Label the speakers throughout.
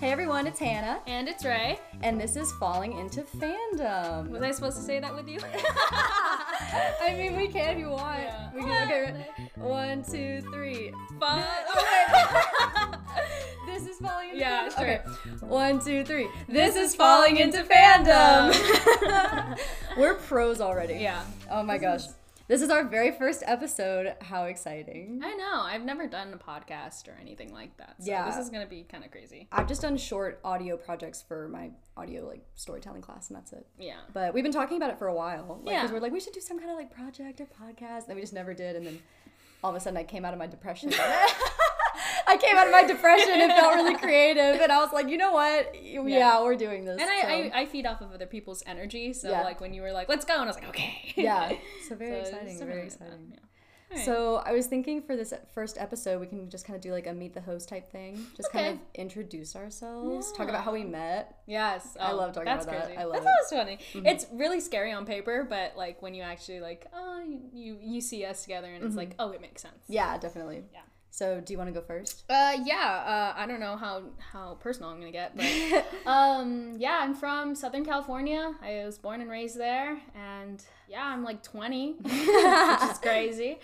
Speaker 1: Hey everyone, it's Hannah,
Speaker 2: And it's Ray.
Speaker 1: and this is Falling into Fandom.
Speaker 2: Was I supposed to say that with you?
Speaker 1: I mean, we can if you want.
Speaker 2: Yeah.
Speaker 1: We can look at one, two, three.
Speaker 2: Fun.
Speaker 1: This is falling into
Speaker 2: Yeah,
Speaker 1: fandom.
Speaker 2: sure.
Speaker 1: Okay. One, two, three. This is falling into fandom. We're pros already.
Speaker 2: yeah.
Speaker 1: Oh my gosh. This is our very first episode. How exciting.
Speaker 2: I know. I've never done a podcast or anything like that. So
Speaker 1: Yeah.
Speaker 2: This is gonna be kind of crazy.
Speaker 1: I've just done short audio projects for my audio like storytelling class and that's it.
Speaker 2: Yeah.
Speaker 1: But we've been talking about it for a while. Like,
Speaker 2: Yeah.
Speaker 1: Because we're like, we should do some kind of like project or podcast. And we just never did. And then all of a sudden I came out of my depression. I came out of my depression and felt really creative. And I was like, you know what? Yeah, we're doing this.
Speaker 2: And I,
Speaker 1: so-
Speaker 2: I, I feed off of other people's energy. So
Speaker 1: Yeah.
Speaker 2: like when you were like, let's go, and I was like, okay.
Speaker 1: yeah. So
Speaker 2: So
Speaker 1: very
Speaker 2: it's
Speaker 1: exciting.
Speaker 2: something
Speaker 1: Very
Speaker 2: like that,
Speaker 1: exciting.
Speaker 2: yeah. Alright.
Speaker 1: So I was thinking for this first episode, we can just kind of do like a meet the host type thing. Just kind
Speaker 2: Okay.
Speaker 1: of introduce ourselves, talk
Speaker 2: Yeah.
Speaker 1: about how we met.
Speaker 2: Yes,
Speaker 1: I
Speaker 2: Oh,
Speaker 1: love talking
Speaker 2: that's
Speaker 1: about that.
Speaker 2: Crazy.
Speaker 1: I love Mm-hmm.
Speaker 2: That's always funny. It's really scary on paper, but like when you actually like, oh, you you, you see us together, and it's like, oh, it makes sense.
Speaker 1: Mm-hmm. Yeah, definitely.
Speaker 2: Yeah.
Speaker 1: So do you want to go first?
Speaker 2: Uh, yeah. Uh, I don't know how how personal I'm gonna get, but um, yeah, I'm from Southern California. I was born and raised there, and yeah, I'm like 20, which is crazy.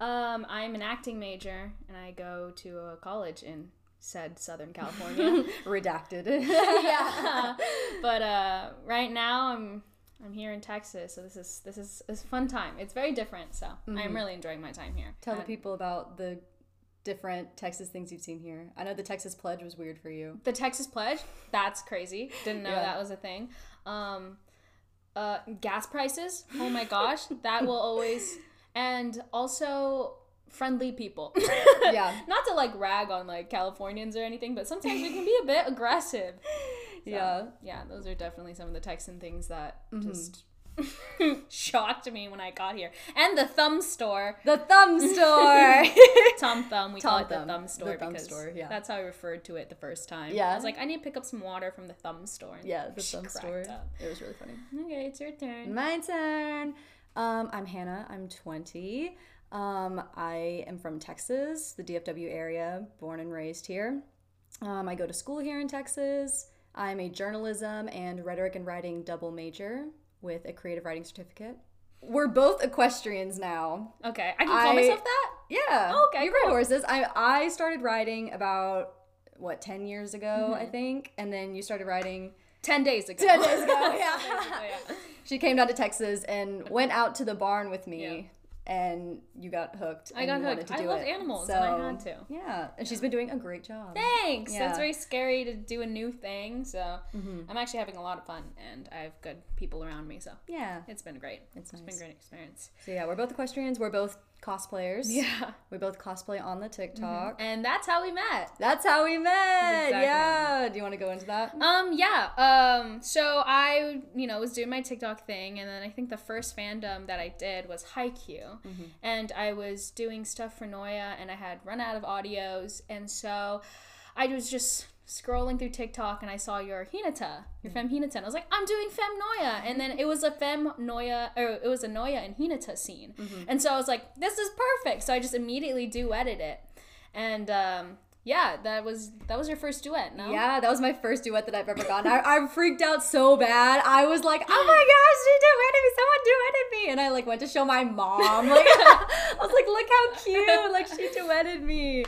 Speaker 2: Um, I'm an acting major, and I go to a college in said Southern California.
Speaker 1: Redacted.
Speaker 2: yeah, but uh, right now I'm I'm here in Texas, so this is this is a fun time. It's very different, so I'm really enjoying my time here.
Speaker 1: Tell the
Speaker 2: And-
Speaker 1: people about the different Texas things you've seen here. I know the Texas pledge was weird for you.
Speaker 2: the Texas Pledge. That's crazy. Didn't know
Speaker 1: Yeah.
Speaker 2: that was a thing. Um, uh, gas prices. Oh my gosh, that will always. And also friendly people.
Speaker 1: Yeah.
Speaker 2: Not to like rag on like Californians or anything, but sometimes we can be a bit aggressive. So,
Speaker 1: Yeah. Mm-hmm.
Speaker 2: Yeah, those are definitely some of the Texan things that just shocked me when I got here. And the thumb store.
Speaker 1: The thumb store.
Speaker 2: Tom Thumb, we
Speaker 1: Tom
Speaker 2: call it
Speaker 1: Thumb.
Speaker 2: the thumb store
Speaker 1: The thumb
Speaker 2: because
Speaker 1: store, yeah.
Speaker 2: that's how I referred to it the first time.
Speaker 1: Yeah.
Speaker 2: I was like, I need to pick up some water from the thumb store. And
Speaker 1: yeah, the
Speaker 2: she
Speaker 1: thumb
Speaker 2: cracked
Speaker 1: store.
Speaker 2: up.
Speaker 1: It was really funny.
Speaker 2: Okay, it's your turn.
Speaker 1: My turn. Um, I'm Hannah. I'm 20. Um, I am from Texas, the DFW area, born and raised here. Um, I go to school here in Texas. I'm a journalism and rhetoric and writing double major with a creative writing certificate. We're both equestrians now.
Speaker 2: Okay, I can call
Speaker 1: Mm. I-
Speaker 2: myself that.
Speaker 1: Yeah.
Speaker 2: Oh, okay,
Speaker 1: You ride
Speaker 2: cool.
Speaker 1: horses. I I started riding about what ten years ago,
Speaker 2: Mm-hmm.
Speaker 1: I think, and then you started riding.
Speaker 2: Ten days ago. Oh,
Speaker 1: Ten days ago, yeah.
Speaker 2: yeah.
Speaker 1: She came down to Texas and went out to the barn with me, and you got hooked.
Speaker 2: I
Speaker 1: and
Speaker 2: got
Speaker 1: you wanted
Speaker 2: hooked.
Speaker 1: to
Speaker 2: I
Speaker 1: do
Speaker 2: loved
Speaker 1: it.
Speaker 2: animals, and I had
Speaker 1: So,
Speaker 2: to.
Speaker 1: Yeah, and she's been doing a great job.
Speaker 2: Thanks.
Speaker 1: Yeah. Mm-hmm.
Speaker 2: That's very scary to do a new thing. So I'm actually having a lot of fun, and I have good people around me. So
Speaker 1: Yeah.
Speaker 2: it's been great.
Speaker 1: It's
Speaker 2: it's been
Speaker 1: nice.
Speaker 2: a great experience.
Speaker 1: So yeah, we're both equestrians. We're both cosplayers.
Speaker 2: Yeah. Mm-hmm.
Speaker 1: We both cosplay on the TikTok.
Speaker 2: And that's how we met.
Speaker 1: That's how we met.
Speaker 2: That's exactly how
Speaker 1: yeah. Do you want to go into that?
Speaker 2: Um, yeah. Um, so I, you know, was doing my TikTok thing, and then I think the first fandom that I did was Haikyuu.
Speaker 1: Mm-hmm.
Speaker 2: And I was doing stuff for Noya, and I had run out of audios, and so I was just scrolling through TikTok, and I saw your Hinata,
Speaker 1: Mm.
Speaker 2: your Fem Hinata, and I was like, I'm doing Fem Noya, and then it was a Fem Noya, or it was a Noya and Hinata scene,
Speaker 1: Mm-hmm.
Speaker 2: and so I was like, this is perfect. So I just immediately duetted it, and um, yeah, that was that was your first duet, no?
Speaker 1: Yeah, that was my first duet that I've ever gotten. I, I freaked out so bad. I was like, oh my gosh, she duetted me. Someone duetted me. And I like went to show my mom. Like I was like, look how cute. Like she duetted me.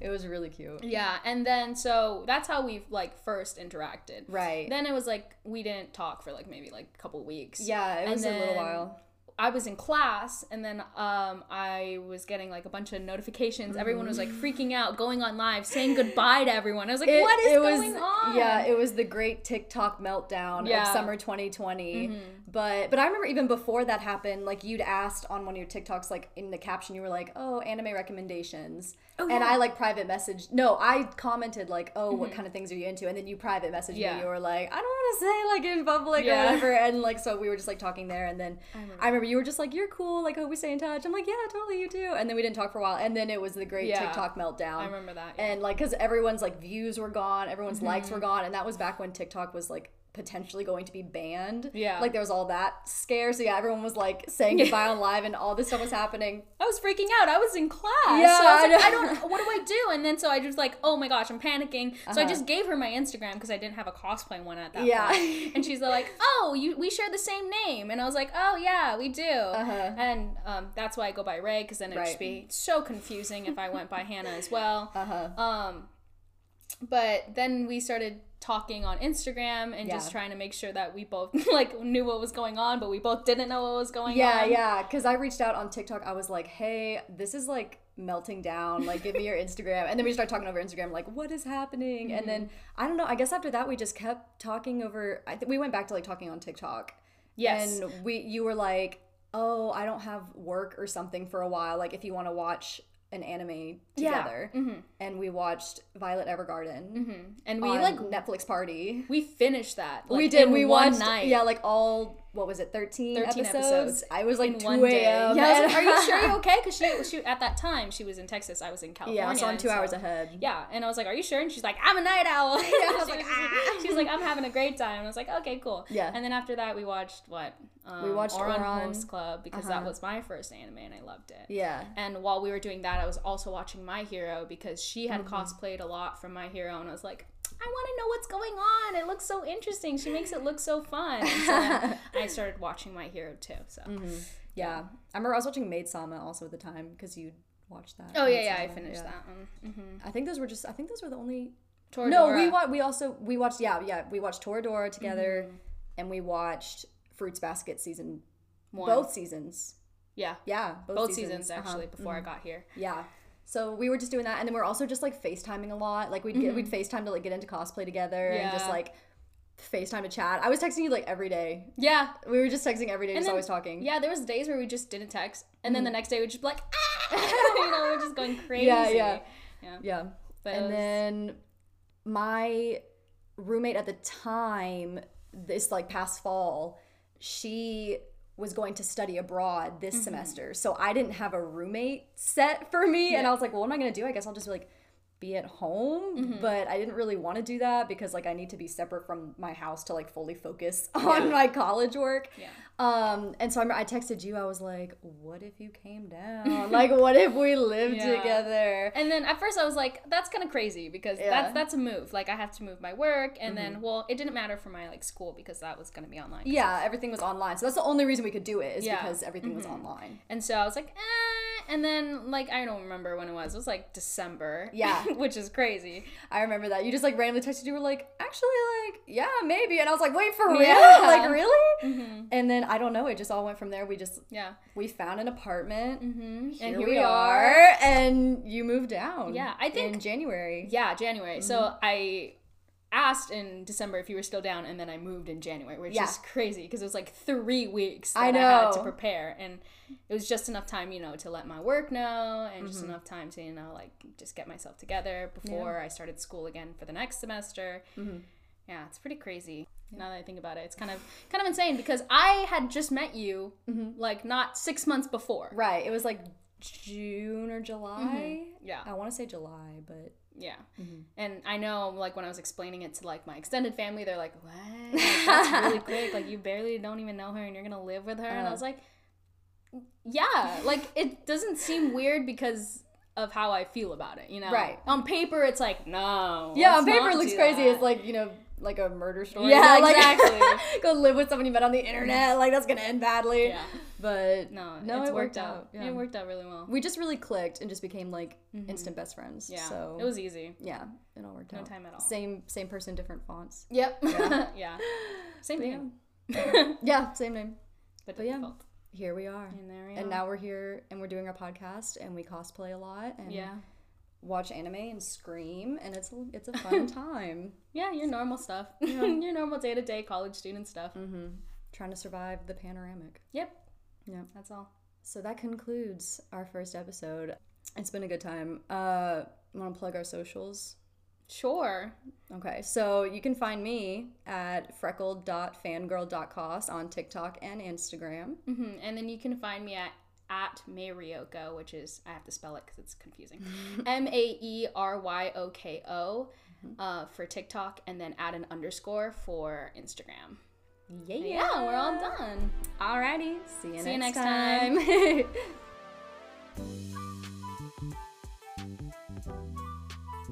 Speaker 1: It was really cute.
Speaker 2: Yeah, and then so that's how we like first interacted.
Speaker 1: Right.
Speaker 2: Then it was like we didn't talk for like maybe like a couple weeks.
Speaker 1: yeah, it
Speaker 2: And
Speaker 1: was a little
Speaker 2: then
Speaker 1: while.
Speaker 2: I was in class and then um I was getting like a bunch of notifications. Everyone was like freaking out, going on live, saying goodbye to everyone. I was like,
Speaker 1: It-
Speaker 2: what is
Speaker 1: it was-
Speaker 2: going on?
Speaker 1: Yeah, it was the great TikTok meltdown of
Speaker 2: Yeah. Mm-hmm.
Speaker 1: summer 2020. But but I remember even before that happened, like you'd asked on one of your TikToks, like in the caption, you were like, "Oh, anime recommendations," and
Speaker 2: Oh, yeah. Mm-hmm.
Speaker 1: I like private messaged. No, I commented like, "Oh, what kind of things are you into?" And then you private messaged
Speaker 2: Yeah.
Speaker 1: me. You were like, "I don't want to say like in public or
Speaker 2: Yeah.
Speaker 1: whatever," and like so we were just like talking there, and then I remember, you were just like, "You're cool," like, "Hope we stay in touch." I'm like, "Yeah, totally, you too." And then we didn't talk for a while, and then it was the great
Speaker 2: Yeah.
Speaker 1: TikTok meltdown.
Speaker 2: I remember that. yeah.
Speaker 1: And like, cause everyone's like views were gone, everyone's likes were gone, and that was back when TikTok was like potentially going to be banned.
Speaker 2: Yeah.
Speaker 1: Like there was all that scare. So yeah, everyone was like saying goodbye on live and all this stuff was happening.
Speaker 2: I was freaking out. I was in class.
Speaker 1: Yeah,
Speaker 2: so I was
Speaker 1: I
Speaker 2: like, I
Speaker 1: know.
Speaker 2: don't. What do I do? And then so I just like, oh my gosh, I'm panicking. So I
Speaker 1: Uh-huh.
Speaker 2: just gave her my Instagram because I didn't have a cosplay one at that
Speaker 1: Yeah.
Speaker 2: point. And she's like, oh, you we share the same name. And I was like, oh yeah, we do.
Speaker 1: Uh-huh.
Speaker 2: And um, that's why I go by Ray because then it'd just
Speaker 1: Right.
Speaker 2: be so confusing if I went by Hannah as well.
Speaker 1: Uh-huh.
Speaker 2: Um, but then we started talking on Instagram and just
Speaker 1: Yeah.
Speaker 2: trying to make sure that we both like knew what was going on, but we both didn't know what was going
Speaker 1: Yeah,
Speaker 2: on.
Speaker 1: yeah. Because I reached out on TikTok. I was like, hey, this is like melting down. Like, give me your Instagram. And then we started talking over Instagram, like, what is happening? And then I don't know. I guess after that, we just kept talking over. I th- we went back to like talking on TikTok.
Speaker 2: Yes.
Speaker 1: And we, you were like, oh, I don't have work or something for a while. Like, if you want to watch an anime
Speaker 2: Yeah.
Speaker 1: together. And we watched Violet Evergarden
Speaker 2: Mm-hmm. And we
Speaker 1: on
Speaker 2: like
Speaker 1: Netflix Party.
Speaker 2: We finished that. like,
Speaker 1: we did.
Speaker 2: in
Speaker 1: We
Speaker 2: one
Speaker 1: watched.
Speaker 2: night.
Speaker 1: Yeah, like all. What was it? Thirteen,
Speaker 2: 13
Speaker 1: episodes?
Speaker 2: episodes
Speaker 1: I was like
Speaker 2: in
Speaker 1: two
Speaker 2: one day.
Speaker 1: a.m.
Speaker 2: Yeah, I was like,
Speaker 1: and-
Speaker 2: are you sure you're okay? Because she, she at that time she was in Texas. I was in California.
Speaker 1: Yeah, so I'm
Speaker 2: and
Speaker 1: two hours ahead.
Speaker 2: Yeah, and I was like, "Are you sure?" And she's like, "I'm a night owl." Yeah,
Speaker 1: I was
Speaker 2: she
Speaker 1: like,
Speaker 2: was just
Speaker 1: "Ah."
Speaker 2: she was like, "I'm having a great time." And I was like, "Okay, cool."
Speaker 1: Yeah.
Speaker 2: And then after that, we watched what? Um,
Speaker 1: We watched
Speaker 2: Oran
Speaker 1: Oran.
Speaker 2: Horse Club because that
Speaker 1: Uh-huh.
Speaker 2: was my first anime and I loved it.
Speaker 1: Yeah.
Speaker 2: And while we were doing that, I was also watching My Hero because she had
Speaker 1: Mm-hmm.
Speaker 2: cosplayed a lot from My Hero, and I was like, I want to know what's going on. It looks so interesting. She makes it look so fun. And so then I started watching My Hero too. So,
Speaker 1: Mm-hmm. Yeah. I remember I was watching Maid Sama also at the time because you watched that.
Speaker 2: oh yeah,
Speaker 1: Maid
Speaker 2: yeah, I
Speaker 1: Sama,
Speaker 2: finished
Speaker 1: yeah.
Speaker 2: that one. Mm-hmm.
Speaker 1: I think those were just I think those were the only
Speaker 2: Toradora.
Speaker 1: No, we wa- we also we watched yeah, yeah, we watched Toradora together
Speaker 2: Mm-hmm.
Speaker 1: and we watched Fruits Basket season
Speaker 2: One.
Speaker 1: both seasons.
Speaker 2: Yeah,
Speaker 1: Yeah, both,
Speaker 2: both seasons,
Speaker 1: uh-huh.
Speaker 2: actually. Before I got here.
Speaker 1: Yeah. So we were just doing that, and then we are also just like FaceTiming a lot. Like we'd get, we'd FaceTime to like get into cosplay together, and just
Speaker 2: Mm-hmm. Yeah.
Speaker 1: like FaceTime to chat. I was texting you like every day.
Speaker 2: Yeah,
Speaker 1: We were just texting every day, just
Speaker 2: then-
Speaker 1: always talking.
Speaker 2: yeah. There was days where we just didn't text, and then the next day we'd just be like, ah! you know, we're just going crazy.
Speaker 1: Mm-hmm. Yeah, yeah. Yeah.
Speaker 2: But it
Speaker 1: and
Speaker 2: was-
Speaker 1: then my roommate at the time, this like past fall, she was going to study abroad this
Speaker 2: Mm-hmm.
Speaker 1: semester. So I didn't have a roommate set for me. And I was like, well, what am I going to do? I guess I'll just like be at home.
Speaker 2: Mm-hmm.
Speaker 1: But I didn't really want to do that because like I need to be separate from my house to like fully focus on my college work.
Speaker 2: Yeah.
Speaker 1: Um, and so I, remember I texted you, I was like, what if you came down? like, what if we lived
Speaker 2: Yeah.
Speaker 1: together?
Speaker 2: And then at first I was like, that's kind of crazy because that's that's a move. Like I have to move my work, and then
Speaker 1: Mm-hmm.
Speaker 2: well, it didn't matter for my like school because that was gonna be online.
Speaker 1: Yeah, everything was online. So that's the only reason we could do it is
Speaker 2: Yeah. Mm-hmm.
Speaker 1: because everything was online.
Speaker 2: And so I was like, eh. And then like I don't remember when it was. It was like December.
Speaker 1: Yeah.
Speaker 2: which is crazy.
Speaker 1: I remember that. You just like randomly texted you were like, "Actually, like, yeah, maybe." And I was like, "Wait, for real?"
Speaker 2: Yeah. Mm-hmm.
Speaker 1: Like, really? And then I don't know, it just all went from there. We just
Speaker 2: Yeah.
Speaker 1: we found an apartment.
Speaker 2: Mm-hmm.
Speaker 1: and here we are, and you moved down.
Speaker 2: Yeah, I think-
Speaker 1: in January.
Speaker 2: Yeah, January.
Speaker 1: Mm-hmm.
Speaker 2: So I asked in December if you were still down, and then I moved in January, which
Speaker 1: Yeah.
Speaker 2: is crazy because it was like three weeks that I,
Speaker 1: I
Speaker 2: had to
Speaker 1: know.
Speaker 2: prepare, and it was just enough time, you know, to let my work know, and
Speaker 1: Mm-hmm.
Speaker 2: just enough time to you know like just get myself together before I started school again for the next semester.
Speaker 1: Mm-hmm.
Speaker 2: Yeah, it's pretty crazy. Now that I think about it, it's kind of kind of insane because I had just met you like not six months before.
Speaker 1: Mm-hmm. Right. It was like June or July.
Speaker 2: Yeah.
Speaker 1: I want to say July, but
Speaker 2: Yeah.
Speaker 1: Mm-hmm.
Speaker 2: And I know, like, when I was explaining it to, like, my extended family, they're like, what? Like, That's really quick. Like, you barely don't even know her and you're going to live with her. And I
Speaker 1: Uh.
Speaker 2: was like, yeah. Like, it doesn't seem weird because of how I feel about it, you know?
Speaker 1: Right.
Speaker 2: On paper, it's like, no.
Speaker 1: yeah, on
Speaker 2: let's
Speaker 1: paper
Speaker 2: not
Speaker 1: it looks
Speaker 2: do
Speaker 1: crazy.
Speaker 2: that.
Speaker 1: It's like you know, like a murder story.
Speaker 2: Yeah,
Speaker 1: You know, like-
Speaker 2: exactly.
Speaker 1: go live with someone you met on the internet. Like that's gonna end badly.
Speaker 2: Yeah.
Speaker 1: But
Speaker 2: no,
Speaker 1: no,
Speaker 2: it's
Speaker 1: it worked
Speaker 2: worked out.
Speaker 1: out, yeah.
Speaker 2: It worked out really well.
Speaker 1: we just really clicked and just became like instant best friends.
Speaker 2: Mm-hmm. Yeah.
Speaker 1: So
Speaker 2: It was easy.
Speaker 1: yeah, it all worked
Speaker 2: No
Speaker 1: out.
Speaker 2: time at all.
Speaker 1: Same same person, different fonts.
Speaker 2: Yep. Yeah. Same thing.
Speaker 1: Yeah, same name.
Speaker 2: But,
Speaker 1: But yeah,
Speaker 2: difficult.
Speaker 1: here we are.
Speaker 2: And there we
Speaker 1: And
Speaker 2: are.
Speaker 1: now we're here and we're doing our podcast and we cosplay a lot and
Speaker 2: Yeah.
Speaker 1: watch anime and scream and it's it's a fun time.
Speaker 2: Yeah, your normal stuff. your normal day to day college student stuff.
Speaker 1: Mm-hmm. Trying to survive the panoramic.
Speaker 2: Yep.
Speaker 1: Yep.
Speaker 2: That's all.
Speaker 1: So that concludes our first episode. It's been a good time. Uh wanna plug our socials?
Speaker 2: Sure.
Speaker 1: Okay, so you can find me at freckled.fangirl.cos on TikTok and Instagram.
Speaker 2: Mm-hmm. hmm And then you can find me at at Mayryoko, which is I have to spell it because it's confusing. M A E R Y O K O
Speaker 1: Mm-hmm.
Speaker 2: uh, for TikTok, and then add an underscore for Instagram.
Speaker 1: Yeah.
Speaker 2: Yeah, we're all done. Alrighty,
Speaker 1: See you,
Speaker 2: see you
Speaker 1: next
Speaker 2: next
Speaker 1: time.
Speaker 2: time.